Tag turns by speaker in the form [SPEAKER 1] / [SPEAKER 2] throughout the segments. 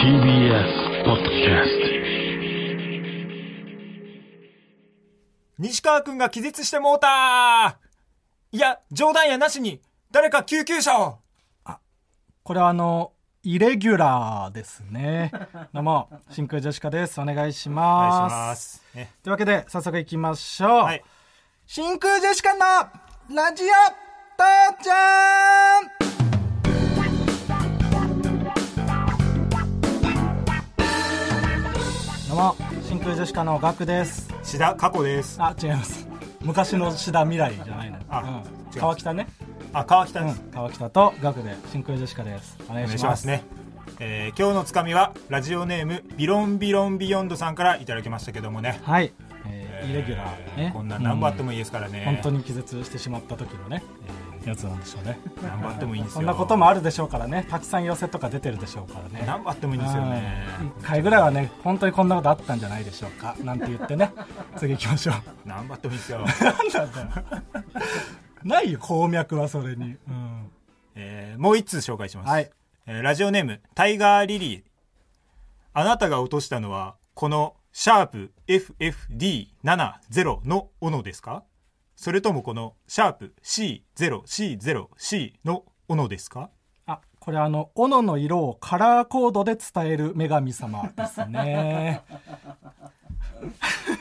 [SPEAKER 1] TBS ポッドキャス
[SPEAKER 2] 西川くんが気絶してもうたいや、冗談やなしに、誰か救急車を
[SPEAKER 3] これはあのイレギュラーです ね。どうも真空ジェシカです。お願いし
[SPEAKER 2] お
[SPEAKER 3] ます。
[SPEAKER 2] す。ね
[SPEAKER 3] というわけで早速行きましょう。
[SPEAKER 2] はい。
[SPEAKER 3] 真空ジェシカのラジオ父ちゃん。どうも真空ジェシカのガクです。
[SPEAKER 2] 志田加子です。
[SPEAKER 3] あ違います。昔の志田未来じゃないの。
[SPEAKER 2] あ
[SPEAKER 3] うん
[SPEAKER 2] 違います
[SPEAKER 3] 川北ね。
[SPEAKER 2] あ、川北
[SPEAKER 3] う
[SPEAKER 2] で
[SPEAKER 3] ん
[SPEAKER 2] す。
[SPEAKER 3] 川北とガクで真空ジェシカです。お願
[SPEAKER 2] お
[SPEAKER 3] い
[SPEAKER 2] 願い
[SPEAKER 3] し
[SPEAKER 2] し
[SPEAKER 3] ま
[SPEAKER 2] ますす。ね。えー今日のつかみは、ラジオネーム、ビロンビロンビヨンドさんからいただきましたけどもね。
[SPEAKER 3] はい、えーイレギュラー、
[SPEAKER 2] え
[SPEAKER 3] ね、
[SPEAKER 2] こんな何バット
[SPEAKER 3] も、
[SPEAKER 2] もいいですからね。
[SPEAKER 3] 本当に気絶してしまった時のね、やつなんでしょうね
[SPEAKER 2] 何バットもいいんですよ。
[SPEAKER 3] そんなこともあるでしょうからねたくさん寄せとか出てるでしょうからね
[SPEAKER 2] 何バットもいいんですよね。
[SPEAKER 3] 1回ぐらいはね本当にこんなことあったんじゃないでしょうかなんて言ってね 次行きましょう
[SPEAKER 2] 何バットもいいですよ。
[SPEAKER 3] 何なんだよないよ鉱脈はそれに、うん、
[SPEAKER 2] えーもう一通紹介します。
[SPEAKER 3] はい
[SPEAKER 2] えーラジオネーム、タイガーリリー。あなたが落としたのは、この、シャープ FFD70 の斧ですかそれともこの、シャープ C0C0C の斧ですか
[SPEAKER 3] あこれあの斧の色をカラーコードで伝える女神様ですね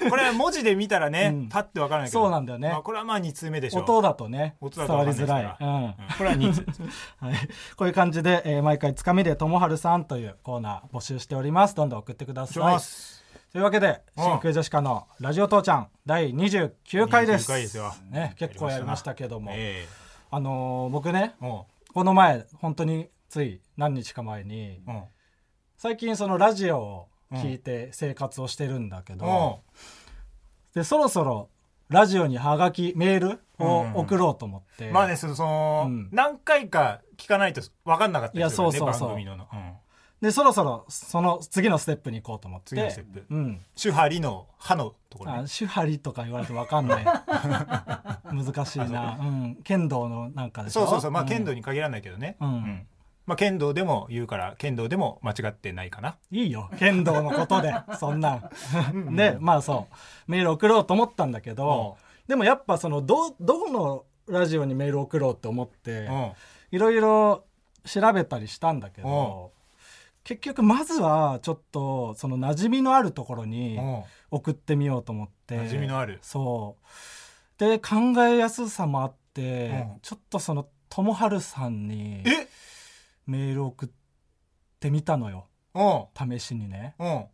[SPEAKER 2] これは文字で見たらね、
[SPEAKER 3] うん
[SPEAKER 2] パッてわからないけど。
[SPEAKER 3] そうなんだよね
[SPEAKER 2] まあこれはまあ2通目でしょう。
[SPEAKER 3] 音だとね
[SPEAKER 2] 音だ
[SPEAKER 3] 伝
[SPEAKER 2] と
[SPEAKER 3] わ
[SPEAKER 2] わ
[SPEAKER 3] り
[SPEAKER 2] かんない
[SPEAKER 3] づらい、
[SPEAKER 2] です
[SPEAKER 3] う
[SPEAKER 2] から
[SPEAKER 3] ん
[SPEAKER 2] うんこれは2通。
[SPEAKER 3] はい、こういう感じで、えー毎回つかみで「ともはるさん」というコーナー募集しておりますどんどん送ってくだ
[SPEAKER 2] し
[SPEAKER 3] さい
[SPEAKER 2] ます。
[SPEAKER 3] というわけで「
[SPEAKER 2] うん
[SPEAKER 3] 真空ジェシカのラジオ父ちゃん」第29回です
[SPEAKER 2] 29回ですよ
[SPEAKER 3] ね、結構やりましたけども、
[SPEAKER 2] え
[SPEAKER 3] あのー僕ね
[SPEAKER 2] えも
[SPEAKER 3] この前本当につい何日か前に
[SPEAKER 2] う、うん、
[SPEAKER 3] 最近そのラジオを聞いて生活をしてるんだけ
[SPEAKER 2] うん
[SPEAKER 3] ど、。でそろそろラジオにハガキメールを送ろうと思って、
[SPEAKER 2] まあね、その、その
[SPEAKER 3] うん
[SPEAKER 2] 何回か聞かないと分かんなかったりするよね、
[SPEAKER 3] いやそうそうそう
[SPEAKER 2] 番組のの。うん
[SPEAKER 3] でそろそろその次のステップに行こうと思って
[SPEAKER 2] 次のステップ
[SPEAKER 3] うん、
[SPEAKER 2] 主張りの歯のところね、
[SPEAKER 3] あ手張りとか言われてわかんない 難しいな、うん、剣道のなんかでしょ
[SPEAKER 2] そうそうそうまあ剣道
[SPEAKER 3] に、
[SPEAKER 2] に限らないけどね、
[SPEAKER 3] うん
[SPEAKER 2] まあ、剣道でも言うから剣道でも間違ってないかない
[SPEAKER 3] いよ剣道のことでそ んなんでまあそうメール送ろうと思ったんだけど、でもやっぱそのどどこのラジオにメール送ろうって思って
[SPEAKER 2] う、ん
[SPEAKER 3] いろいろ調べたりしたんだけど、結局まずはちょっとその馴染みのあるところに、
[SPEAKER 2] うん
[SPEAKER 3] 送ってみようと思って
[SPEAKER 2] 馴染みのある
[SPEAKER 3] そうで考えやすさもあって、
[SPEAKER 2] うん
[SPEAKER 3] ちょっとそのともはるさんに
[SPEAKER 2] え
[SPEAKER 3] メール送ってみたのよ
[SPEAKER 2] うん
[SPEAKER 3] 試しにね
[SPEAKER 2] うん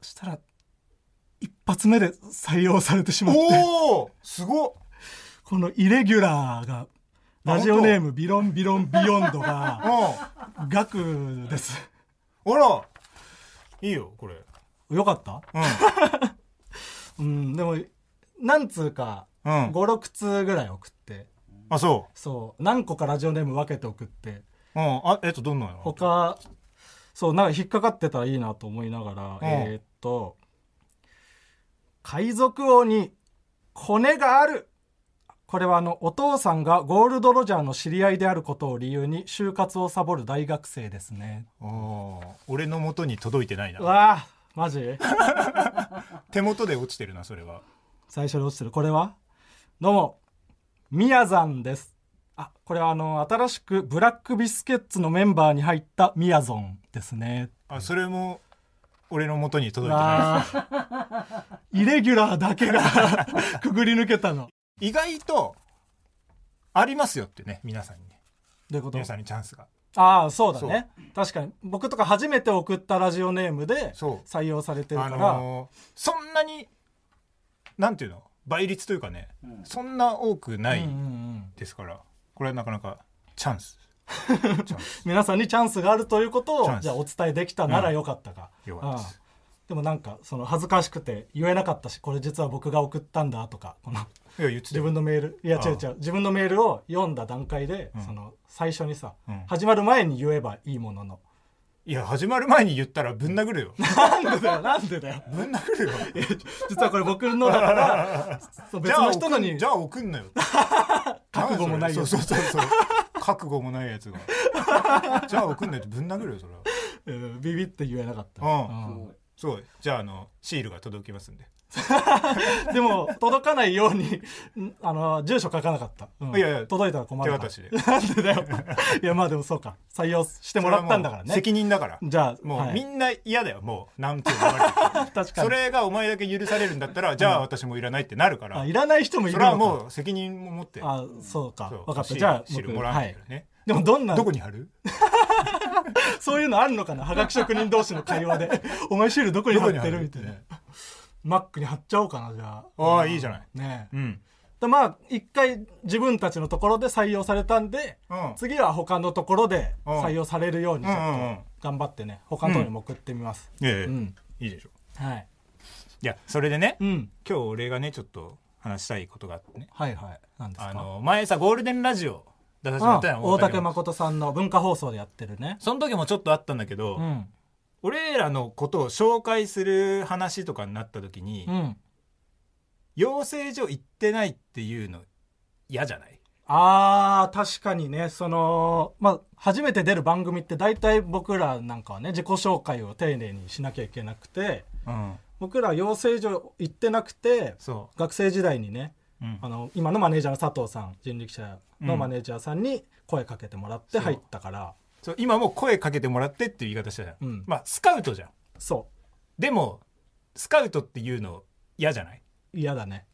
[SPEAKER 3] そしたら一発目で採用されてしまって
[SPEAKER 2] おおすごっ
[SPEAKER 3] このイレギュラーがラジオネームビロンビロンビヨンド
[SPEAKER 2] うん
[SPEAKER 3] が
[SPEAKER 2] あ
[SPEAKER 3] ガクです
[SPEAKER 2] らいいよこれ
[SPEAKER 3] よかった
[SPEAKER 2] うん
[SPEAKER 3] うんでも何通か
[SPEAKER 2] うん
[SPEAKER 3] 56通ぐらい送って
[SPEAKER 2] あそ
[SPEAKER 3] そう何個かラジオネーム分けて送って
[SPEAKER 2] ううんあえっとどんなの
[SPEAKER 3] 他そうなんか引っかかってたらいいなと思いながら、
[SPEAKER 2] うん
[SPEAKER 3] えーっと「海賊王にコネがある」これはあのお父さんがゴールド・ロジャーの知り合いであることを理由に就活をサボる大学生ですね
[SPEAKER 2] おー俺の元に届いてないな
[SPEAKER 3] うわあマジ
[SPEAKER 2] 手元で落ちてるなそれは
[SPEAKER 3] 最初に落ちてるこれはどうもみやざんですあこれはあの新しくブラックビスケッツのメンバーに入ったみやぞんですね
[SPEAKER 2] あそれも俺の元に届いてない
[SPEAKER 3] わあイレギュラーだけ がくぐり抜けたの。
[SPEAKER 2] 意外とありますよってね皆さんにね
[SPEAKER 3] どういうこと
[SPEAKER 2] 皆さんにチャンスが
[SPEAKER 3] ああ、そうだね。確かに。僕とか初めて送ったラジオネームで
[SPEAKER 2] そう
[SPEAKER 3] 採用されてるか
[SPEAKER 2] あ
[SPEAKER 3] ら、
[SPEAKER 2] のーそんなになんていうの倍率というかね、そんな多くない
[SPEAKER 3] うんうんうん
[SPEAKER 2] ですから、これはなかなかチャン スチャンス
[SPEAKER 3] 皆さんにチャンスがあるということ
[SPEAKER 2] チャ
[SPEAKER 3] を、
[SPEAKER 2] ンス
[SPEAKER 3] じゃあお伝えできたならよかったか。
[SPEAKER 2] よかったです
[SPEAKER 3] うんでもなんか、その恥ずかしくて言えなかったし、これ実は僕が送ったんだとか、この
[SPEAKER 2] いや言ってた
[SPEAKER 3] 自
[SPEAKER 2] よ
[SPEAKER 3] 分のメール、いや
[SPEAKER 2] ああ
[SPEAKER 3] 違う違う、自分のメールを読んだ段階で、その最初にさ、
[SPEAKER 2] うん
[SPEAKER 3] 始まる前に言えばいいものの。
[SPEAKER 2] いや始まる前に言ったらぶん殴るよ
[SPEAKER 3] なんで だよなんでだよ
[SPEAKER 2] ぶん殴る よ
[SPEAKER 3] 実はこれ僕のだ からそう別の人のに
[SPEAKER 2] じゃあ送んなよ
[SPEAKER 3] 覚悟もない
[SPEAKER 2] そ
[SPEAKER 3] よ
[SPEAKER 2] うそうそうそう覚悟もないやつがじゃあ送んないとぶん殴るよそれは
[SPEAKER 3] うんビビって言えなかった、
[SPEAKER 2] うんそうじゃああのシールが届きますんで、
[SPEAKER 3] うんでも届かないようにんあの住所書かなかった、うん
[SPEAKER 2] いやいや
[SPEAKER 3] 届いたら困
[SPEAKER 2] 手
[SPEAKER 3] るから
[SPEAKER 2] 渡しで
[SPEAKER 3] なんでだ よいやまあでもそうか採用してもらったんだから
[SPEAKER 2] それはもう
[SPEAKER 3] ね
[SPEAKER 2] 責任だから
[SPEAKER 3] じゃあ
[SPEAKER 2] もう、
[SPEAKER 3] はい
[SPEAKER 2] みんな嫌だよもうなんて言われても
[SPEAKER 3] 確かに
[SPEAKER 2] それがお前だけ許されるんだったらじゃあ私もいらないってなるから、
[SPEAKER 3] あいらない人もい
[SPEAKER 2] そ
[SPEAKER 3] る
[SPEAKER 2] れ
[SPEAKER 3] の
[SPEAKER 2] は
[SPEAKER 3] か
[SPEAKER 2] もう責任も持って
[SPEAKER 3] あそうか
[SPEAKER 2] そう
[SPEAKER 3] 分かった
[SPEAKER 2] シール
[SPEAKER 3] じゃあ
[SPEAKER 2] シール
[SPEAKER 3] 僕
[SPEAKER 2] もらわ
[SPEAKER 3] は
[SPEAKER 2] ない
[SPEAKER 3] い
[SPEAKER 2] からね、
[SPEAKER 3] でもどんな
[SPEAKER 2] どこに貼る
[SPEAKER 3] そういうのあるのかなはがき職人同士の会話 で「お前シールどこに貼っ
[SPEAKER 2] どこ
[SPEAKER 3] て
[SPEAKER 2] に貼
[SPEAKER 3] る?」
[SPEAKER 2] る
[SPEAKER 3] みたいなマックに貼っちゃおうかなじゃあ
[SPEAKER 2] ああいいじゃない
[SPEAKER 3] ねえ
[SPEAKER 2] うん
[SPEAKER 3] でまあ一回自分たちのところで採用されたんで
[SPEAKER 2] うん
[SPEAKER 3] 次は他のところで
[SPEAKER 2] うん
[SPEAKER 3] 採用されるようにちょっ
[SPEAKER 2] うんうんうん
[SPEAKER 3] と頑張ってね他のところにも送ってみます
[SPEAKER 2] いやいや
[SPEAKER 3] うん
[SPEAKER 2] いいでしょ
[SPEAKER 3] はい
[SPEAKER 2] いやそれでね、
[SPEAKER 3] うん
[SPEAKER 2] 今日俺がねちょっと話したいことがあってね
[SPEAKER 3] はいはいなんです
[SPEAKER 2] あ
[SPEAKER 3] か
[SPEAKER 2] の前さゴールデンラジオ出させてもら
[SPEAKER 3] あ
[SPEAKER 2] ったやん
[SPEAKER 3] 大竹
[SPEAKER 2] も
[SPEAKER 3] 誠さんの文化放送でやってるね
[SPEAKER 2] その時もちょっとあったんだけど、
[SPEAKER 3] うん
[SPEAKER 2] 俺らのことを紹介する話とかになった時に、
[SPEAKER 3] うん
[SPEAKER 2] 養成所行ってないっていうの嫌じゃない
[SPEAKER 3] あー確かにねそのまあ初めて出る番組って大体僕らなんかはね自己紹介を丁寧にしなきゃいけなくて
[SPEAKER 2] うん
[SPEAKER 3] 僕ら養成所行ってなくて
[SPEAKER 2] そ
[SPEAKER 3] 学生時代にね
[SPEAKER 2] う、うん
[SPEAKER 3] あの今のマネージャーの佐藤さん人力車のマネージャーさんに声かけてもらって
[SPEAKER 2] うん
[SPEAKER 3] 入ったから、
[SPEAKER 2] そう今もう声かけてもらってっていう言い方したじゃん、
[SPEAKER 3] うん
[SPEAKER 2] まあスカウトじゃん
[SPEAKER 3] そ
[SPEAKER 2] でもスカウトっていうの嫌じゃないう
[SPEAKER 3] 嫌だね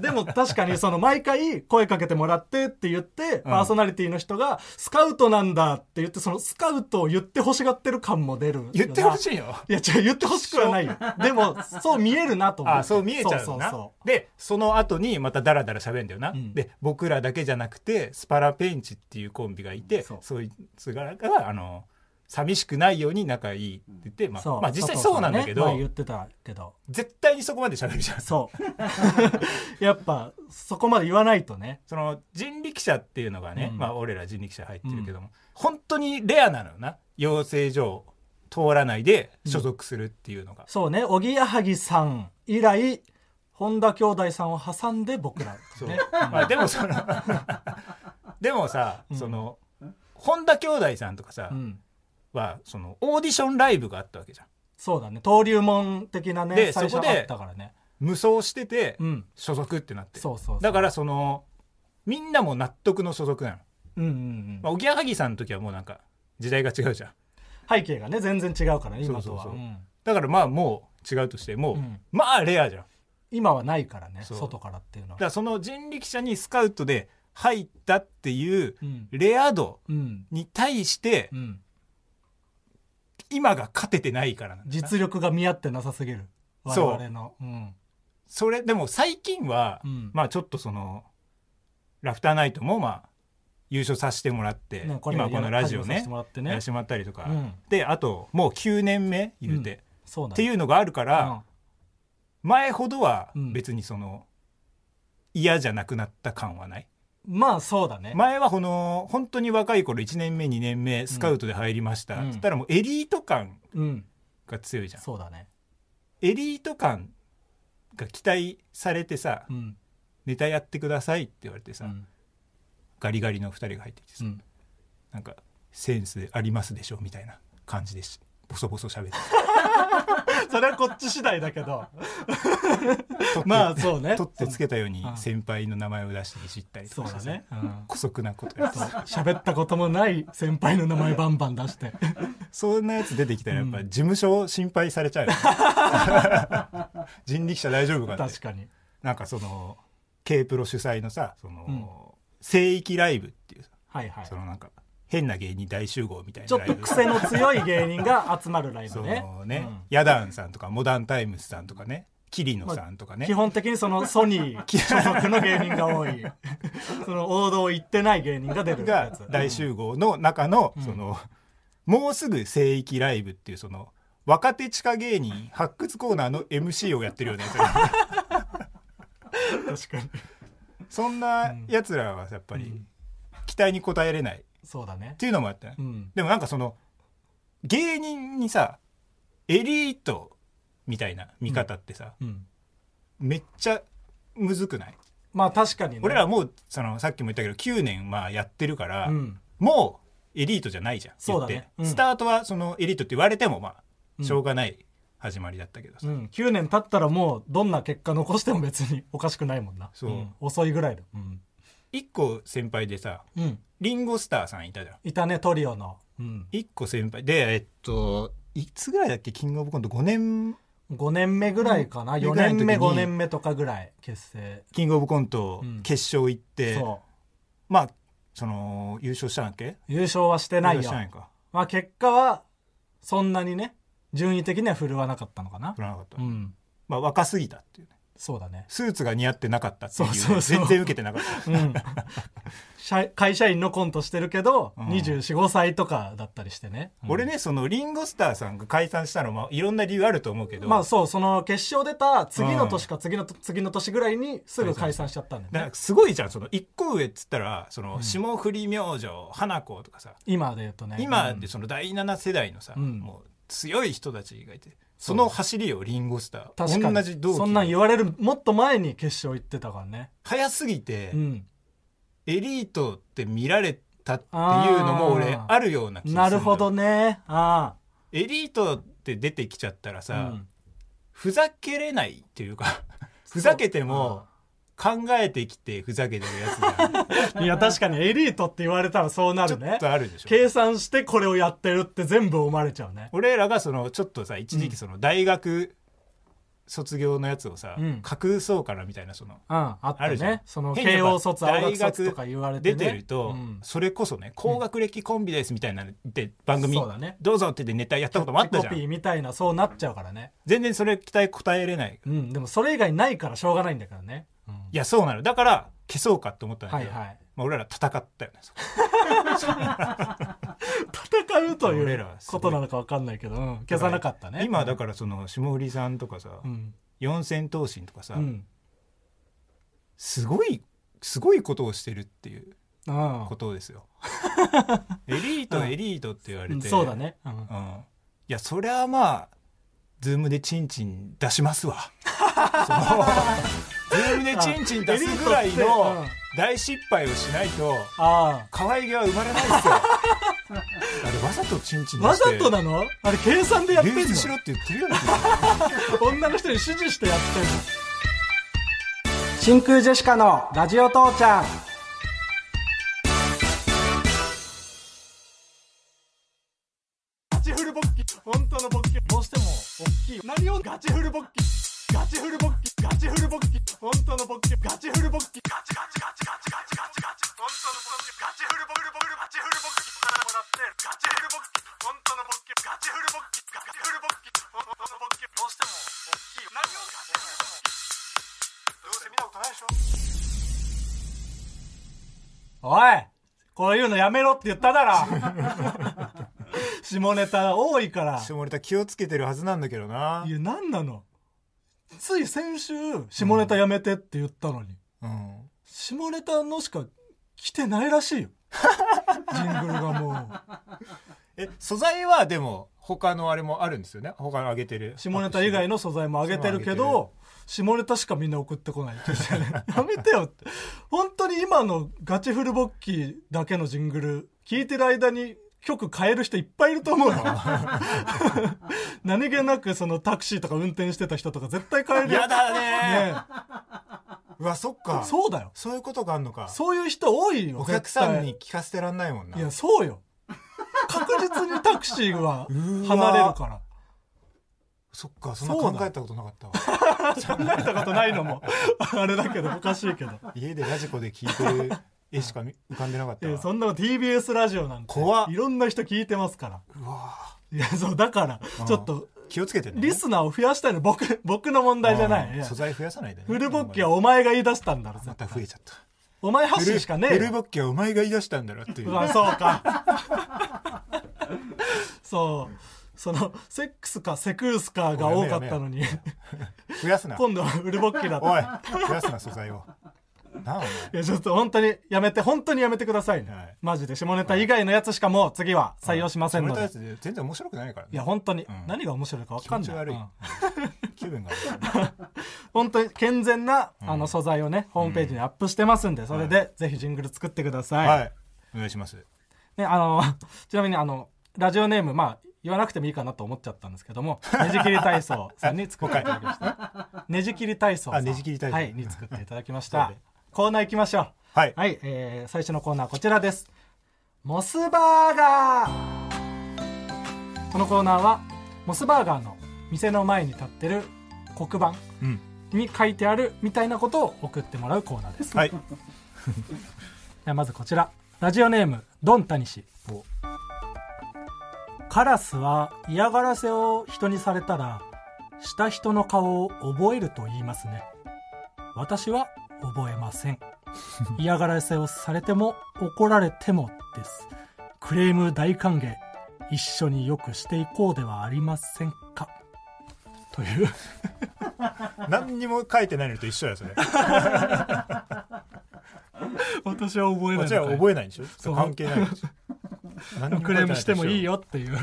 [SPEAKER 3] で でも確かにその毎回声かけてもらってって言って、パーソナリティの人がスカウトなんだって言ってそのスカウトを言ってほしがってる感も出る
[SPEAKER 2] 言ってほ
[SPEAKER 3] い
[SPEAKER 2] しいよ
[SPEAKER 3] いや違う言ってほしくはないよでもそう見えるなと思って
[SPEAKER 2] あそう見えちゃう
[SPEAKER 3] そ
[SPEAKER 2] の
[SPEAKER 3] う
[SPEAKER 2] な
[SPEAKER 3] そうそ
[SPEAKER 2] でその後にまたダラダラ喋るんだよな、
[SPEAKER 3] うん
[SPEAKER 2] で僕らだけじゃなくてスパラペンチっていうコンビがいて
[SPEAKER 3] そう
[SPEAKER 2] そいつらがあの寂しくないように仲いいって言って、
[SPEAKER 3] う
[SPEAKER 2] ま
[SPEAKER 3] そ
[SPEAKER 2] あ、
[SPEAKER 3] う
[SPEAKER 2] まあ実際そうなんだけど、
[SPEAKER 3] 佐藤さんね前言ってたけど
[SPEAKER 2] 絶対にそこまで喋るじゃん
[SPEAKER 3] そう やっぱそこまで言わないとね
[SPEAKER 2] その人力車っていうのがね、
[SPEAKER 3] うん
[SPEAKER 2] まあ俺ら人力車入ってるけども、本当にレアなのよな養成所を通らないで所属するっていうの が、
[SPEAKER 3] そうね、おぎやはぎさん以来、本田兄弟さんを挟んで僕ら、
[SPEAKER 2] そう
[SPEAKER 3] ね。
[SPEAKER 2] まあでもその でもさ、その本田兄弟さんとかさ、
[SPEAKER 3] うん。
[SPEAKER 2] はそのオーディションライブがあったわけじゃん
[SPEAKER 3] そうだね、登竜門的なね、
[SPEAKER 2] で
[SPEAKER 3] 最初
[SPEAKER 2] そこ
[SPEAKER 3] あ
[SPEAKER 2] で
[SPEAKER 3] ったからね。
[SPEAKER 2] 無双してて
[SPEAKER 3] うん。
[SPEAKER 2] 所属ってなってる
[SPEAKER 3] そうそうそう
[SPEAKER 2] だからそのみんなも納得の所属なの、
[SPEAKER 3] うんうんう
[SPEAKER 2] まあ、おぎやはぎさんの時はもうなんか時代が違うじゃん
[SPEAKER 3] ん。背景がね、全然違うからね、今とは。
[SPEAKER 2] そうそうそう
[SPEAKER 3] うん
[SPEAKER 2] だからまあもう違うとしてもう、
[SPEAKER 3] うん
[SPEAKER 2] まあレアじゃんだ
[SPEAKER 3] 今はないからね、
[SPEAKER 2] そう
[SPEAKER 3] 外からっていうの
[SPEAKER 2] か
[SPEAKER 3] は。
[SPEAKER 2] らその人力車にスカウトで入ったっていう
[SPEAKER 3] うん。
[SPEAKER 2] レア度
[SPEAKER 3] うん。
[SPEAKER 2] に対して
[SPEAKER 3] うん。
[SPEAKER 2] 今が勝ててないからなんだな
[SPEAKER 3] 実力が見合ってなさすぎる。我
[SPEAKER 2] そう
[SPEAKER 3] 々の。うん。
[SPEAKER 2] それでも最近は、
[SPEAKER 3] うん
[SPEAKER 2] まあちょっとそのラフターナイトもまあ優勝させてもらって、
[SPEAKER 3] ねれ
[SPEAKER 2] 今このラジオ
[SPEAKER 3] やらさせ
[SPEAKER 2] ね
[SPEAKER 3] てもらって
[SPEAKER 2] や
[SPEAKER 3] ね
[SPEAKER 2] らしてもらったりとか、
[SPEAKER 3] うん
[SPEAKER 2] であともう9年目言うて、
[SPEAKER 3] そうだ
[SPEAKER 2] って
[SPEAKER 3] ね。
[SPEAKER 2] いうのがあるから、前ほどは
[SPEAKER 3] うん
[SPEAKER 2] 別にその嫌じゃなくなった感はない
[SPEAKER 3] うんまあそうだね。
[SPEAKER 2] 前はこの本当に若い頃1年目2年目スカウトで入りました、
[SPEAKER 3] うん
[SPEAKER 2] つったらもうエリート感
[SPEAKER 3] うん。
[SPEAKER 2] が強いじゃん
[SPEAKER 3] そうだね。
[SPEAKER 2] エリート感が期待されてさ、
[SPEAKER 3] うん。
[SPEAKER 2] ネタやってくださいって言われて
[SPEAKER 3] う
[SPEAKER 2] さ、
[SPEAKER 3] ん。
[SPEAKER 2] ガリガリの2人が入ってきて
[SPEAKER 3] う
[SPEAKER 2] さ、
[SPEAKER 3] ん
[SPEAKER 2] なんかセンスありますでしょみたいな感じでしボソボソ 喋って
[SPEAKER 3] それはこっち次第だけど。 まあそうね。
[SPEAKER 2] 取ってつけたように
[SPEAKER 3] うん
[SPEAKER 2] 先輩の名前を出していじったりと
[SPEAKER 3] そう
[SPEAKER 2] か
[SPEAKER 3] だ
[SPEAKER 2] さ
[SPEAKER 3] ね。うん
[SPEAKER 2] 姑息なことやってさ
[SPEAKER 3] 喋ったこともない先輩の名前バンバン出して。
[SPEAKER 2] そんなやつ出てきたらやっぱ事務所を心配されちゃうよね、 人力車大丈夫かって
[SPEAKER 3] 確かに。
[SPEAKER 2] なんかその K プロ主催のさその、
[SPEAKER 3] うん
[SPEAKER 2] 聖域ライブっていうさ
[SPEAKER 3] はいはい
[SPEAKER 2] そ。のなんか変な芸人大集合みたいな
[SPEAKER 3] ちょっ
[SPEAKER 2] ライ
[SPEAKER 3] と
[SPEAKER 2] ブ
[SPEAKER 3] 癖の強い芸人が集まるライ
[SPEAKER 2] そ
[SPEAKER 3] ブ
[SPEAKER 2] の
[SPEAKER 3] ね。
[SPEAKER 2] ねヤダンさんとかモダンタイムスさんとかねキリノさんとかね、
[SPEAKER 3] 基本的にそのソニー所属の芸人が 多い。その王道行ってない芸人が出るや
[SPEAKER 2] が
[SPEAKER 3] つ。
[SPEAKER 2] 大集合の中の、
[SPEAKER 3] うん
[SPEAKER 2] そのもうすぐ聖域ライブっていうその若手地下芸人発掘コーナーの MC をやってるよね
[SPEAKER 3] 確かに。
[SPEAKER 2] そんなやつらはやっぱり期待に応えれないっ
[SPEAKER 3] そうだね。
[SPEAKER 2] ていうのもあったね、
[SPEAKER 3] うん。
[SPEAKER 2] でもなんかその芸人にさエリートみたいな見方ってさ、
[SPEAKER 3] うん、
[SPEAKER 2] めっちゃむずくない
[SPEAKER 3] まあ確かにね
[SPEAKER 2] 俺らもうそのさっきも言ったけど9年まあやってるから、
[SPEAKER 3] うん
[SPEAKER 2] もうエリートじゃないじゃん
[SPEAKER 3] そうだね
[SPEAKER 2] 言って
[SPEAKER 3] うん
[SPEAKER 2] スタートはそのエリートって言われてもま
[SPEAKER 3] う
[SPEAKER 2] あ
[SPEAKER 3] ん
[SPEAKER 2] しょうがない始まりだったけどさ、
[SPEAKER 3] うん、9年経ったらもうどんな結果残しても別におかしくないもんな
[SPEAKER 2] そうん
[SPEAKER 3] 遅いぐらいだうん、
[SPEAKER 2] 1個先輩でさ
[SPEAKER 3] うん、
[SPEAKER 2] リンゴスターさんいたじゃん
[SPEAKER 3] いたねトリオの、うん、
[SPEAKER 2] 1個先輩でえっといつぐらいだっけキングオブコント5年
[SPEAKER 3] 5年目ぐらいかな、
[SPEAKER 2] うんぐ
[SPEAKER 3] 4年目
[SPEAKER 2] らいの時に
[SPEAKER 3] 5年目とかぐらい結成、
[SPEAKER 2] キングオブコント
[SPEAKER 3] うん
[SPEAKER 2] 決勝行って、
[SPEAKER 3] そ
[SPEAKER 2] まあその優勝したんだっけ
[SPEAKER 3] う優勝はしてない
[SPEAKER 2] 優
[SPEAKER 3] よ
[SPEAKER 2] 勝してないか
[SPEAKER 3] まあ、結果はそんなにね順位的には振るわなかったのかな
[SPEAKER 2] 振らなかった、
[SPEAKER 3] うん
[SPEAKER 2] まあ若すぎたっていうね
[SPEAKER 3] そうだね、
[SPEAKER 2] スーツが似合ってなかったっていう,、
[SPEAKER 3] そうそうそう
[SPEAKER 2] 全然受けてなかった
[SPEAKER 3] うん、社会社員のコントしてるけど、
[SPEAKER 2] うん
[SPEAKER 3] 245歳とかだったりしてね、うん
[SPEAKER 2] 俺ねそのリンゴスターさんが解散したのもいろんな理由あると思うけど、
[SPEAKER 3] まあそうその決勝出た次の年か次のと、次の年ぐらいにすぐ解散しちゃったんだ
[SPEAKER 2] だ
[SPEAKER 3] よ
[SPEAKER 2] か
[SPEAKER 3] ね
[SPEAKER 2] らすごいじゃんその一個上っつったらその霜降り明星、花子とかさ
[SPEAKER 3] 今で言うとね
[SPEAKER 2] 今でその第7世代のさ、
[SPEAKER 3] うん
[SPEAKER 2] もう強い人たちがいてその走りをリンゴスタ
[SPEAKER 3] 確
[SPEAKER 2] ー
[SPEAKER 3] かに
[SPEAKER 2] 同じ同期
[SPEAKER 3] そんなん言われるもっと前に決勝行ってたからね、
[SPEAKER 2] 早すぎて、
[SPEAKER 3] うん、
[SPEAKER 2] エリートって見られたっていうのも俺
[SPEAKER 3] あー
[SPEAKER 2] あるような気がするんだよ
[SPEAKER 3] なるほどねあ
[SPEAKER 2] エリートって出てきちゃったら
[SPEAKER 3] あ、う
[SPEAKER 2] さ、
[SPEAKER 3] ん
[SPEAKER 2] ふざけれないっていう かふざけても考えてきてふざけてるやつ が
[SPEAKER 3] いや確かにエリートって言われたらそうな
[SPEAKER 2] ちょ
[SPEAKER 3] るね
[SPEAKER 2] っとあるでしょ
[SPEAKER 3] 計算してこれをやってるって全部思われちゃうね
[SPEAKER 2] 俺らがそのちょっとさ一時期その大学卒業のやつをさ、
[SPEAKER 3] うん
[SPEAKER 2] 隠そうかなみたいなその
[SPEAKER 3] うんあった
[SPEAKER 2] あるじゃん
[SPEAKER 3] ねその
[SPEAKER 2] 変にやっ
[SPEAKER 3] 慶
[SPEAKER 2] ぱ
[SPEAKER 3] 応卒青学卒とか言われて、
[SPEAKER 2] 出
[SPEAKER 3] ね、
[SPEAKER 2] てると、
[SPEAKER 3] うん
[SPEAKER 2] それこそね高学歴コンビですみたいなのって番組、
[SPEAKER 3] そうだね
[SPEAKER 2] どうぞって言ってネタやったこともあったじゃ
[SPEAKER 3] コピー
[SPEAKER 2] ん
[SPEAKER 3] みたいなそうなっちゃうからね
[SPEAKER 2] 全然それ期待答えれない
[SPEAKER 3] うんでもそれ以外ないからしょうがないんだからね、うん
[SPEAKER 2] いやそうなのだから消そうかと思ったんだ
[SPEAKER 3] は
[SPEAKER 2] け
[SPEAKER 3] い
[SPEAKER 2] ど、
[SPEAKER 3] はい
[SPEAKER 2] まあ、俺ら戦ったよねそこ
[SPEAKER 3] 戦うとい
[SPEAKER 2] 俺ら
[SPEAKER 3] う
[SPEAKER 2] はすご
[SPEAKER 3] こ
[SPEAKER 2] い
[SPEAKER 3] となのか分かんないけど、うん消さなかったね
[SPEAKER 2] 今だからその霜降りさんとかさ、
[SPEAKER 3] うん、
[SPEAKER 2] 四千頭身とかさ、
[SPEAKER 3] うん
[SPEAKER 2] すごいすごいことをしてるっていう
[SPEAKER 3] うん
[SPEAKER 2] ことです よエリートエリートって言われ
[SPEAKER 3] うん
[SPEAKER 2] て、
[SPEAKER 3] そうだね、うん
[SPEAKER 2] うん、いやそりゃまあズームでチンチン出します わそのズームでチンチン出すぐらい
[SPEAKER 3] エリート
[SPEAKER 2] の
[SPEAKER 3] って
[SPEAKER 2] 大失敗をしないと
[SPEAKER 3] あ
[SPEAKER 2] 可愛げは生まれない ですよあれわざとチンチン
[SPEAKER 3] あ
[SPEAKER 2] 出
[SPEAKER 3] わ
[SPEAKER 2] して
[SPEAKER 3] ざとなのあれ計算でやってんの
[SPEAKER 2] 流出しろって言ってるよね
[SPEAKER 3] 女の人に指示してやってんの真空ジェシカのラジオ父ちゃんガチフル勃起本当の勃起どうしても大きい何をガチフル勃起ガチフル勃起ガチフル勃起本当の勃起ガチフル勃起ガチガチガチガチガチガチガチ本当の勃起ガチフル勃起ガチフル勃起もらってガチフル勃起本当の勃起ガチフル勃起ガチフル勃起本当の勃起どうしても大きい何をガチフル勃起どうせ見たことないでしょおいこういうのやめろって言っただろ 下ネタ多いから、
[SPEAKER 2] 下ネタ気をつけてるはずなんだけどない
[SPEAKER 3] や何なのつい先週下ネタやめてって言ったのに、
[SPEAKER 2] うん、
[SPEAKER 3] 下ネタのしか来てないら しいよジングルがもう
[SPEAKER 2] え素材はでも他のあれもあるんですよね他のあげてる
[SPEAKER 3] 下ネタ以外の素材も上げてるけ
[SPEAKER 2] そう上げ
[SPEAKER 3] ど下ネタしかみんな送ってこないやめてよって本当に今のガチフルボッキーだけのジングル聞いてる間に曲変える人いっぱいいると思 うよ何気なくそのタクシーとか運転してた人とか絶対変えるよ
[SPEAKER 2] やだね
[SPEAKER 3] ね
[SPEAKER 2] うわそっ
[SPEAKER 3] え
[SPEAKER 2] か
[SPEAKER 3] そうだよ
[SPEAKER 2] そういうことがあんのか
[SPEAKER 3] そういう人多いよ。
[SPEAKER 2] お客さん
[SPEAKER 3] 絶
[SPEAKER 2] に聞かせてらんないもんな
[SPEAKER 3] 対。いや、そうよ。確実にタクシーは
[SPEAKER 2] うわ
[SPEAKER 3] 離れるから。
[SPEAKER 2] そっかそんな考えたことなか ったわ
[SPEAKER 3] 考えたことないのも、あれだけど、おかしいけど。
[SPEAKER 2] 家でラジコで聞いてる絵しかみ浮かんでなかっ
[SPEAKER 3] い
[SPEAKER 2] た
[SPEAKER 3] や、
[SPEAKER 2] わ
[SPEAKER 3] そんなの TBS ラジオなんて、
[SPEAKER 2] 怖っ
[SPEAKER 3] いろんな人聞いてますから。
[SPEAKER 2] うわ
[SPEAKER 3] いや、そう、だから、ちょっと、
[SPEAKER 2] 気をつけてね
[SPEAKER 3] リスナーを増やしたいの、僕、僕の問題じゃない。い
[SPEAKER 2] うん
[SPEAKER 3] や
[SPEAKER 2] 素材増やさないでね
[SPEAKER 3] フルボッキはお前が言い出したんだろ、
[SPEAKER 2] ま
[SPEAKER 3] 絶
[SPEAKER 2] た
[SPEAKER 3] 対
[SPEAKER 2] 増えちゃった
[SPEAKER 3] お前発信しかねえ
[SPEAKER 2] フ
[SPEAKER 3] よ
[SPEAKER 2] ルフルボッキはお前が言い出したんだろっていうう
[SPEAKER 3] わそうか そうそのセックスかセクースかが多かったのに
[SPEAKER 2] 増やすなおい
[SPEAKER 3] 今度はフルボッキだった
[SPEAKER 2] 増やすな素材をなお前
[SPEAKER 3] いやちょっと本当にやめて本当にやめてくださいね、
[SPEAKER 2] はい
[SPEAKER 3] マジで下ネタ以外のやつしかもう次は採用しません
[SPEAKER 2] そ
[SPEAKER 3] の
[SPEAKER 2] れ
[SPEAKER 3] で、
[SPEAKER 2] とや
[SPEAKER 3] い
[SPEAKER 2] つで全然面白くないからね
[SPEAKER 3] や本当に、
[SPEAKER 2] ん
[SPEAKER 3] 何が面白いか分かんな
[SPEAKER 2] 気
[SPEAKER 3] い
[SPEAKER 2] 持ち悪い
[SPEAKER 3] うん
[SPEAKER 2] 気分が
[SPEAKER 3] 本当に健全な、あの素材をねホームページにアップしてますんでそれで、ぜひジングル作ってください、
[SPEAKER 2] はいお願いします
[SPEAKER 3] ね、あの ちなみにあのラジオネームまあ言わなくてもいいかなと思っちゃったんですけど もねじ切り体操さんに作っていただきましたねじ切り体操さん
[SPEAKER 2] あねじ切り体操
[SPEAKER 3] はい、に作っていただきましたコーナー行きましょう
[SPEAKER 2] はい
[SPEAKER 3] はい、えー最初のコーナーこちらですモスバーガーこのコーナーはモスバーガーの店の前に立ってる黒板
[SPEAKER 2] うん
[SPEAKER 3] に書いてあるみたいなことを送ってもらうコーナーです
[SPEAKER 2] はい
[SPEAKER 3] ではまずこちらラジオネームドンタニシカラスは嫌がらせを人にされたらした人の顔を覚えると言いますね私は覚えませ ん嫌がらせをされても怒られてもですクレーム大歓迎一緒によくしていこうではありませんかという
[SPEAKER 2] 何にも書いてないのと一緒やそれこ
[SPEAKER 3] 私 は覚え
[SPEAKER 2] っちは覚えないんでしょ
[SPEAKER 3] そう
[SPEAKER 2] 関係ないんで しょ何に書
[SPEAKER 3] ク
[SPEAKER 2] いてな
[SPEAKER 3] レームしてもいい
[SPEAKER 2] よ
[SPEAKER 3] よっていう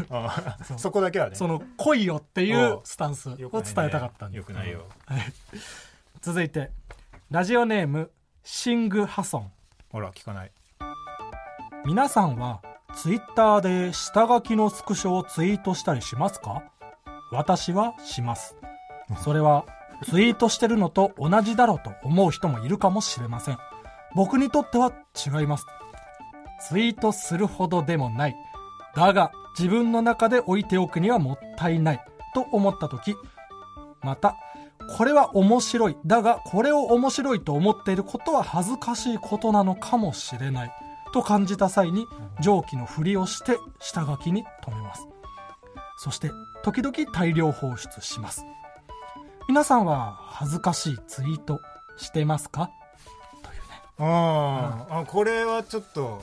[SPEAKER 2] そこだけはね
[SPEAKER 3] その来いよっていうスタンスを伝
[SPEAKER 2] よ
[SPEAKER 3] え
[SPEAKER 2] くないね
[SPEAKER 3] たかったんです
[SPEAKER 2] よくないよ
[SPEAKER 3] 続いてラジオネームシング・ハソン
[SPEAKER 2] ほら聞かない
[SPEAKER 3] 皆さんはツイッターで下書きのスクショをツイートしたりしますか私はしますそれはツイートしてるのと同じだろうと思う人もいるかもしれません僕にとっては違いますツイートするほどでもないだが自分の中で置いておくにはもったいないと思った時またこれは面白いだがこれを面白いと思っていることは恥ずかしいことなのかもしれないと感じた際に上記のふりをして下書きに留めますそして時々大量放出します皆さんは恥ずかしいツイートしてますかというね
[SPEAKER 2] うんあこれはちょっと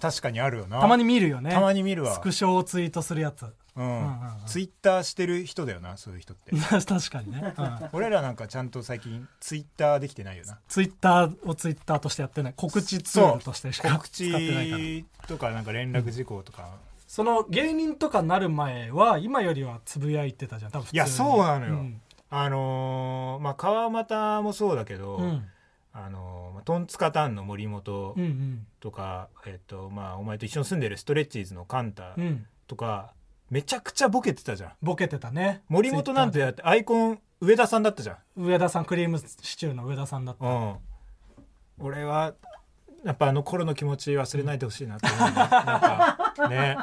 [SPEAKER 2] 確かにあるよな
[SPEAKER 3] たまに見るよね
[SPEAKER 2] たまに見るわ
[SPEAKER 3] スクショをツイートするや つ
[SPEAKER 2] う
[SPEAKER 3] うんんうんうん
[SPEAKER 2] ツイッターしてる人だよなそういう人 って
[SPEAKER 3] 確かにね、うん
[SPEAKER 2] 俺らなんかちゃんと最近ツイッターできてないよな
[SPEAKER 3] ツイッターをツイッターとしてやってない告知ツールとしてしか
[SPEAKER 2] 告
[SPEAKER 3] 使ってないから
[SPEAKER 2] 知とかなんか連絡事項とか、
[SPEAKER 3] その芸人とかなる前は今よりはつぶやいてたじゃん多分普通
[SPEAKER 2] い
[SPEAKER 3] に
[SPEAKER 2] やそうなのよ、
[SPEAKER 3] ん
[SPEAKER 2] あのーまあ川又もそうだけど、
[SPEAKER 3] うん
[SPEAKER 2] あのーまあトンツカタンの森本
[SPEAKER 3] うんうん
[SPEAKER 2] とか、えっとまあお前と一緒に住んでるストレッチーズのカンタ
[SPEAKER 3] うん
[SPEAKER 2] とか、めちゃくちゃボケてたじゃん
[SPEAKER 3] ボケてたね
[SPEAKER 2] 森本なんてだってアイコン上田さんだったじゃん
[SPEAKER 3] 上田さんクリームシチューの上田さんだった
[SPEAKER 2] うん、俺はやっぱあの頃の気持ち忘れないでほしいなと思う、 なんかね、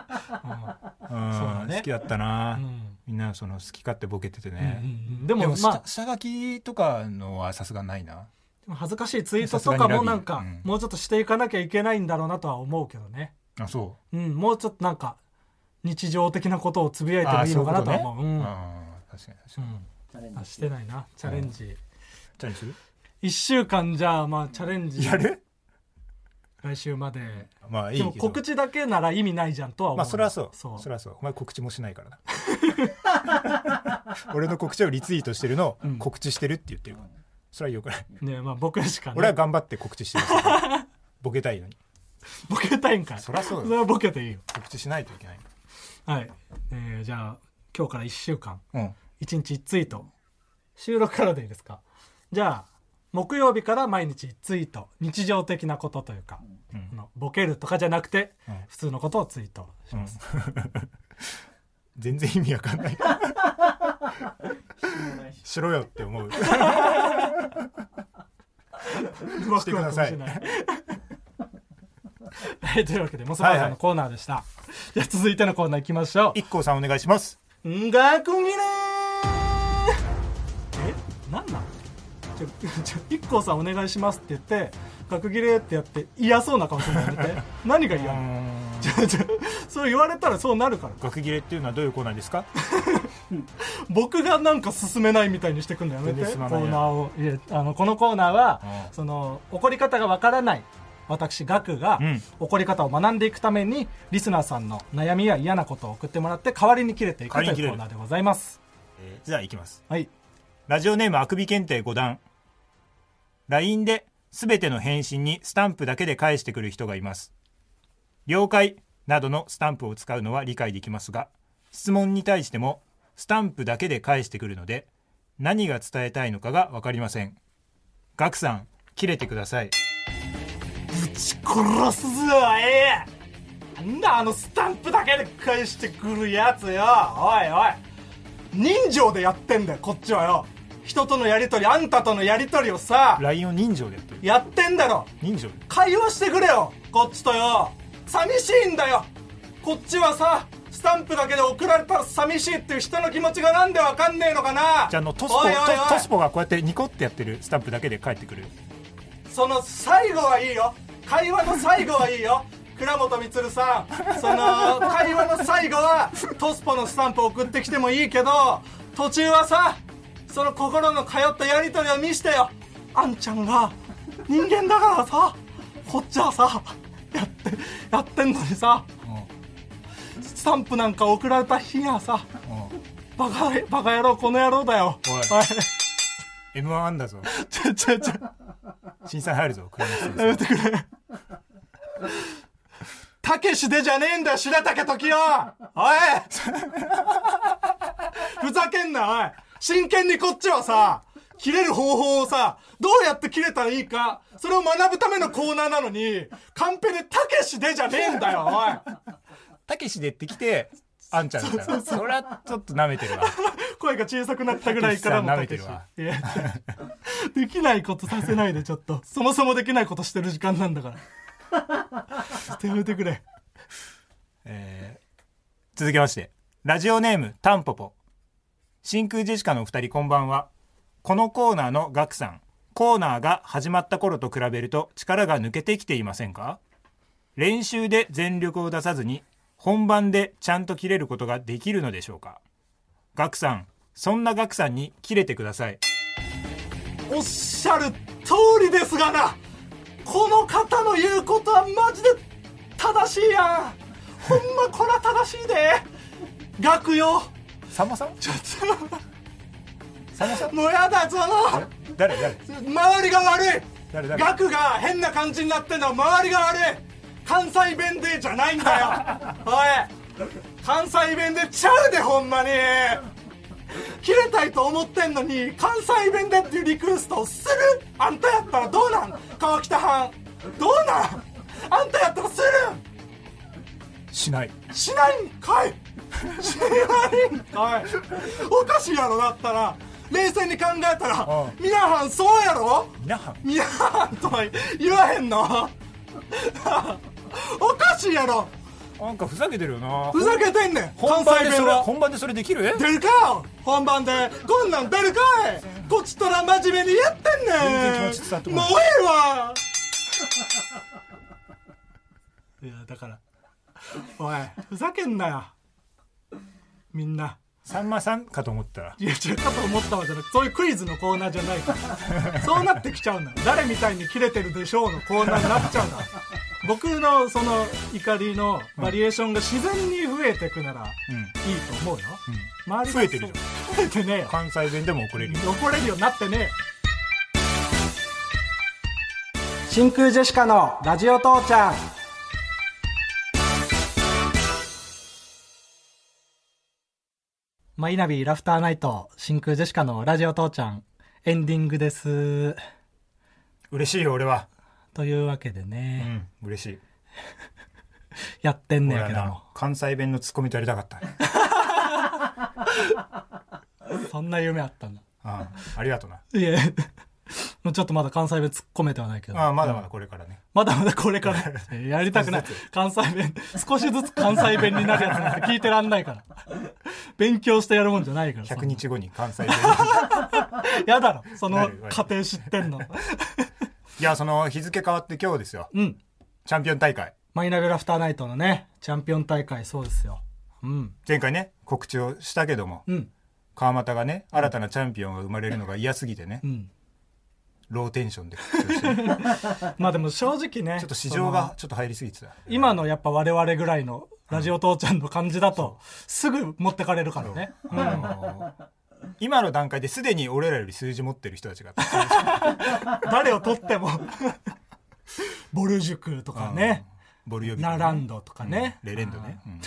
[SPEAKER 2] うん
[SPEAKER 3] そうだね
[SPEAKER 2] 好きだったな、
[SPEAKER 3] うん
[SPEAKER 2] みんなその好き勝手ボケてて
[SPEAKER 3] うんう
[SPEAKER 2] ね、
[SPEAKER 3] んうん
[SPEAKER 2] で
[SPEAKER 3] でも
[SPEAKER 2] も
[SPEAKER 3] まあ
[SPEAKER 2] 下下書きとかのはさすがないな
[SPEAKER 3] でも恥ずかしいツイートとかもなん
[SPEAKER 2] さす
[SPEAKER 3] か
[SPEAKER 2] がにラビーうん
[SPEAKER 3] もうちょっとしていかなきゃいけないんだろうなとは思うけどね
[SPEAKER 2] あそ
[SPEAKER 3] うんもうちょっとなんか日常的なことをつぶや
[SPEAKER 2] う
[SPEAKER 3] いても
[SPEAKER 2] あ
[SPEAKER 3] いいのかなとは思
[SPEAKER 2] そ
[SPEAKER 3] う
[SPEAKER 2] ういうこ
[SPEAKER 3] ん
[SPEAKER 2] ねあー確かに確かに、
[SPEAKER 3] うんあしてないなチャレンジ
[SPEAKER 2] チャレンジする
[SPEAKER 3] 1週間じゃあまあチャレンジ
[SPEAKER 2] やる
[SPEAKER 3] 来週まで
[SPEAKER 2] まあいい
[SPEAKER 3] で
[SPEAKER 2] け
[SPEAKER 3] も
[SPEAKER 2] ど
[SPEAKER 3] 告知だけなら意味ないじゃんとは思う
[SPEAKER 2] まあそれはそう
[SPEAKER 3] そ
[SPEAKER 2] そうれはそうお前告知もしないからな 俺の告知をリツイートしてるのを
[SPEAKER 3] うん
[SPEAKER 2] 告知してるって言ってるから、それはよくない
[SPEAKER 3] ねまあ僕しかね
[SPEAKER 2] 俺は頑張って告知してますからボケたいのに
[SPEAKER 3] ボケたいんかい
[SPEAKER 2] そりゃそう
[SPEAKER 3] それ
[SPEAKER 2] よ
[SPEAKER 3] はボケていいよ
[SPEAKER 2] 告知しないといけない
[SPEAKER 3] はい、えーじゃあ今日から1週間
[SPEAKER 2] うん
[SPEAKER 3] 1日1ツイート収録からでいいですかじゃあ木曜日から毎日1ツイート日常的なことというか、
[SPEAKER 2] うん
[SPEAKER 3] あのボケるとかじゃなくて、
[SPEAKER 2] うん
[SPEAKER 3] 普通のことをツイートします、
[SPEAKER 2] 全然意味わかんないしろよって思う
[SPEAKER 3] うまくはかもしれな はいというわけでモスバーガーのコーナーでした、じゃあ続いてのコーナーいきましょう
[SPEAKER 2] IKKO さんお願いします
[SPEAKER 3] 学切れえなんなんちょ ちょ IKKO さんお願いしますって言って学切れってやって嫌そうな顔するのや めて何が嫌なのちょちょそれ言われたらそうなるから
[SPEAKER 2] 学切れっていうのはどういうコーナーですか
[SPEAKER 3] 僕がなんか進めないみたいにしてくんのやめて
[SPEAKER 2] 全然
[SPEAKER 3] コ
[SPEAKER 2] 進まないや
[SPEAKER 3] ーナーをいやあのこのコーナーは、
[SPEAKER 2] うん
[SPEAKER 3] その怒り方がわからない私ガクが、
[SPEAKER 2] うん
[SPEAKER 3] 怒り方を学んでいくためにリスナーさんの悩みや嫌なことを送ってもらって代わりに切れていくと
[SPEAKER 2] 代
[SPEAKER 3] い
[SPEAKER 2] わ
[SPEAKER 3] う
[SPEAKER 2] りに切れ
[SPEAKER 3] コー
[SPEAKER 2] る
[SPEAKER 3] ナーでございます
[SPEAKER 2] じゃあいきます
[SPEAKER 3] はい
[SPEAKER 2] ラジオネームあくび検定5段 LINE ですべての返信にスタンプだけで返してくる人がいます了解などのスタンプを使うのは理解できますが質問に対してもスタンプだけで返してくるので何が伝えたいのかが分かりませんガクさん切れてください
[SPEAKER 3] 殺すぞええなんだあのスタンプだけで返してくるやつよおいおい人情でやってんだよこっちはよ人とのやりとりあんたとのやりとりをさ
[SPEAKER 2] LINE を人情でやってる
[SPEAKER 3] やってんだろ
[SPEAKER 2] 人情で
[SPEAKER 3] 会話してくれよこっちとよ寂しいんだよこっちはさスタンプだけで送られたら寂しいっていう人の気持ちがなんでわかんねえのかな
[SPEAKER 2] じゃああのトスポ
[SPEAKER 3] おいおいおい
[SPEAKER 2] トトスポがこうやってニコってやってるスタンプだけで返ってくる
[SPEAKER 3] その最後はいいよ会話の最後はいいよ倉本充さんその会話の最後はトスポのスタンプ送ってきてもいいけど途中はさその心の通ったやり取りを見してよあんちゃんが人間だからさこっちはさやってやってんのにさスタンプなんか送られた日にはさバカバカ野郎この野郎だよ
[SPEAKER 2] おい m 1あんだぞ
[SPEAKER 3] ちょちょちょ
[SPEAKER 2] 審査入るぞ倉本先生
[SPEAKER 3] やめてくれ。たけしでじゃねえんだよ、白竹時よおいふざけんな、おい真剣にこっちはさ、切れる方法をさ、どうやって切れたらいいか、それを学ぶためのコーナーなのに、カンペでたけしでじゃねえんだよ、おい
[SPEAKER 2] たけしでってきてあんちゃんだからそりゃちょっと舐めてるわ
[SPEAKER 3] 声が小さくなったぐらいからの
[SPEAKER 2] たけしさん
[SPEAKER 3] たけしいやできないことさせないでちょっとそもそもできないことしてる時間なんだからやめてくれ
[SPEAKER 2] えー続きましてラジオネームタンポポ真空ジェシカのお二人こんばんはこのコーナーのガクさんコーナーが始まった頃と比べると力が抜けてきていませんか練習で全力を出さずに本番でちゃんと切れることができるのでしょうかガクさんそんなガクさんに切れてください
[SPEAKER 3] おっしゃる通りですがなこの方の言うことはマジで正しいやんほんまこら正しいで 学よ
[SPEAKER 2] さんまさん
[SPEAKER 3] ちょっ
[SPEAKER 2] さんまさん
[SPEAKER 3] ともうやだその
[SPEAKER 2] 誰誰
[SPEAKER 3] 周りが悪い
[SPEAKER 2] 誰誰
[SPEAKER 3] 学が変な感じになってんのは周りが悪い関西弁でじゃない んだよおい関西弁でちゃうでほんまに切れたいと思ってんのに関西弁でっていうリクエストをするあんたやったらどうなん川北藩どうなんあんたやったらする
[SPEAKER 2] しない
[SPEAKER 3] しないんかいしないんかいおかしいやろだったら冷静に考えたら
[SPEAKER 2] う
[SPEAKER 3] 皆はんそうやろ
[SPEAKER 2] 皆はん
[SPEAKER 3] いやーとは言わへんの おかしいやろ
[SPEAKER 2] なんかふざけてるよな
[SPEAKER 3] ふざけてんねん
[SPEAKER 2] 本
[SPEAKER 3] 関
[SPEAKER 2] 番
[SPEAKER 3] 西
[SPEAKER 2] でそ
[SPEAKER 3] 弁
[SPEAKER 2] れ
[SPEAKER 3] は
[SPEAKER 2] 本番でそれできる
[SPEAKER 3] 出るかよ本番でこんなん出るかいこっちとら真面目にやってんね
[SPEAKER 2] 全然気持ち伝わって
[SPEAKER 3] ん
[SPEAKER 2] こ
[SPEAKER 3] もう
[SPEAKER 2] ない
[SPEAKER 3] え えわいやだからおいふざけんなよみんな
[SPEAKER 2] さんまさんかと思ったら
[SPEAKER 3] いや違うかと思ったわじゃなくてそういうクイズのコーナーじゃないからそうなってきちゃうのよ誰みたいにキレてるでしょうのコーナーになっちゃうのよ僕のその怒りのバリエーションが自然に増えてくならいいと思うよ、周りが
[SPEAKER 2] 増えてるじ
[SPEAKER 3] 増えてねえよ
[SPEAKER 2] 関西弁でも怒れるよ
[SPEAKER 3] 怒れるようになってねえよ真空ジェシカのラジオ父ちゃんマイナビラフターナイト真空ジェシカのラジオ父ちゃんエンディングです
[SPEAKER 2] 嬉しいよ俺は
[SPEAKER 3] というわけで
[SPEAKER 2] う
[SPEAKER 3] ね、
[SPEAKER 2] ん嬉しい
[SPEAKER 3] やってんね
[SPEAKER 2] 俺
[SPEAKER 3] や
[SPEAKER 2] は
[SPEAKER 3] けども
[SPEAKER 2] な関西弁のツッコミとやりたかったね
[SPEAKER 3] そんな夢あったんだ
[SPEAKER 2] ああありがと うない
[SPEAKER 3] えもうちょっとまだ関西弁突っ込めてはないけど
[SPEAKER 2] ああまだまだこれからね
[SPEAKER 3] まだまだこれ から。やりたくない。関西弁、少しずつ関西弁になるやつなんて聞いてらんないから。勉強してやるもんじゃないから。
[SPEAKER 2] 100日後に関西弁に
[SPEAKER 3] やだろ。そ
[SPEAKER 2] な
[SPEAKER 3] の
[SPEAKER 2] る
[SPEAKER 3] 家庭知ってんの。
[SPEAKER 2] いやその日付変わって今日ですよ
[SPEAKER 3] うん。
[SPEAKER 2] チャンピオン大会
[SPEAKER 3] マイナビラフターナイトのね、チャンピオン大会、そうですよ。うん。
[SPEAKER 2] 前回ね告知をしたけども
[SPEAKER 3] うん。
[SPEAKER 2] 川又がね新たなチャンピオンが生まれるのが嫌すぎてね
[SPEAKER 3] うん。
[SPEAKER 2] ローテンションで告知をして ち
[SPEAKER 3] まあでも正直ね。
[SPEAKER 2] ょっと市場がちょっと入りすぎてた
[SPEAKER 3] その。今のやっぱ我々ぐらいのラジオ父ちゃんの感じだと、すぐ持ってかれるからね。
[SPEAKER 2] あの今の段階ですでに俺らより数字持ってる人たちが
[SPEAKER 3] 誰を取っ てもボル塾とかね、
[SPEAKER 2] うんボルヨビ
[SPEAKER 3] ナランドとかね、
[SPEAKER 2] レレンドね、うん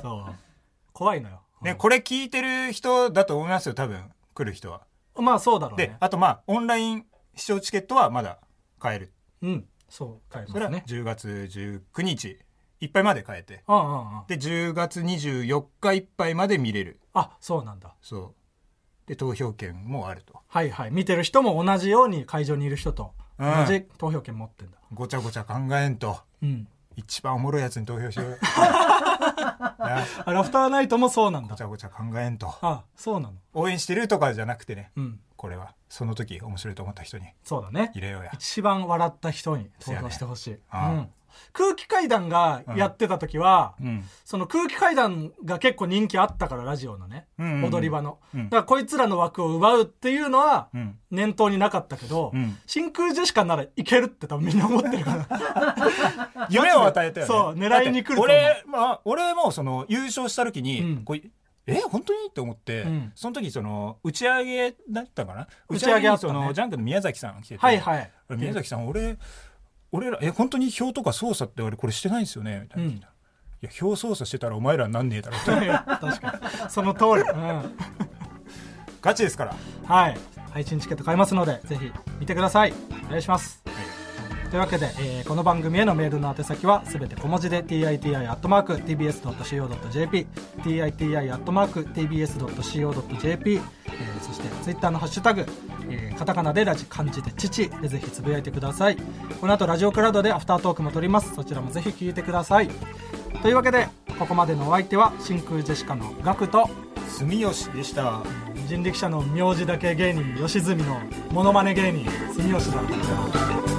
[SPEAKER 3] そう怖いのよ、
[SPEAKER 2] ねこれ聞いてる人だと思いますよ多分来る人は
[SPEAKER 3] まあそうだろう
[SPEAKER 2] で
[SPEAKER 3] ね
[SPEAKER 2] あとまあオンライン視聴チケットはまだ買える
[SPEAKER 3] うんそう買い
[SPEAKER 2] そ
[SPEAKER 3] ま
[SPEAKER 2] れ
[SPEAKER 3] す
[SPEAKER 2] は
[SPEAKER 3] ね
[SPEAKER 2] 10月19日いっぱいまで買えて
[SPEAKER 3] うんうんうん
[SPEAKER 2] で10月24日いっぱいまで見れる
[SPEAKER 3] あそうなんだ
[SPEAKER 2] そうで投票権もあると
[SPEAKER 3] はいはい見てる人も同じように会場にいる人と
[SPEAKER 2] う
[SPEAKER 3] 同
[SPEAKER 2] ん
[SPEAKER 3] じ投票権持ってんだ
[SPEAKER 2] ごちゃごちゃ考えんと
[SPEAKER 3] うん
[SPEAKER 2] 一番おもろいやつに投票し ような
[SPEAKER 3] あラフターナイトもそうなんだ
[SPEAKER 2] ごちゃごちゃ考えんと
[SPEAKER 3] あそうなの
[SPEAKER 2] 応援してるとかじゃなくてね
[SPEAKER 3] うん
[SPEAKER 2] これはその時面白いと思った人に
[SPEAKER 3] そうだね
[SPEAKER 2] 入れようや
[SPEAKER 3] 一番笑った人に投票してほしい、
[SPEAKER 2] せやね
[SPEAKER 3] う
[SPEAKER 2] うん
[SPEAKER 3] ん、空気階段がやってた時は、
[SPEAKER 2] うん
[SPEAKER 3] その空気階段が結構人気あったからラジオのね、
[SPEAKER 2] うんうんうん
[SPEAKER 3] 踊り場の、
[SPEAKER 2] うん
[SPEAKER 3] だからこいつらの枠を奪うっていうのは
[SPEAKER 2] うん
[SPEAKER 3] 念頭になかったけど、
[SPEAKER 2] うん
[SPEAKER 3] 真空ジェシカならいけるって多分みんな思ってるから
[SPEAKER 2] 夢を与えたよね
[SPEAKER 3] そう狙いに来ると思う
[SPEAKER 2] だって俺,、まあ、俺もその優勝した時に、
[SPEAKER 3] うん
[SPEAKER 2] こうえ本当にって思って、
[SPEAKER 3] うん
[SPEAKER 2] その時その打ち上げだったかな
[SPEAKER 3] 打ち上げあ
[SPEAKER 2] に
[SPEAKER 3] っ
[SPEAKER 2] そ
[SPEAKER 3] たね
[SPEAKER 2] の、ジャンクの宮崎さん来てて、
[SPEAKER 3] はいはい
[SPEAKER 2] 宮崎さん俺俺らえ本当に票とか操作って俺これしてないんですよねみたいな聞いたら、いや票操作してたらお前らなんねえだろって
[SPEAKER 3] いや確かにその通り、うん
[SPEAKER 2] ガチですから
[SPEAKER 3] はい配信チケット買いますのでぜひ見てくださいお願いします、というわけで、えーこの番組へのメールの宛先はすべて小文字で titi.tbs.co.jp titi.tbs.co.jp、えーそしてツイッターのハッシュタグ、えーカタカナでラジ漢字で父でぜひつぶやいてくださいこの後ラジオクラウドでアフタートークも撮りますそちらもぜひ聞いてくださいというわけでここまでのお相手は真空ジェシカのガクと
[SPEAKER 2] 住吉でした
[SPEAKER 3] 人力車の名字だけ芸人吉住のモノマネ芸人住吉だった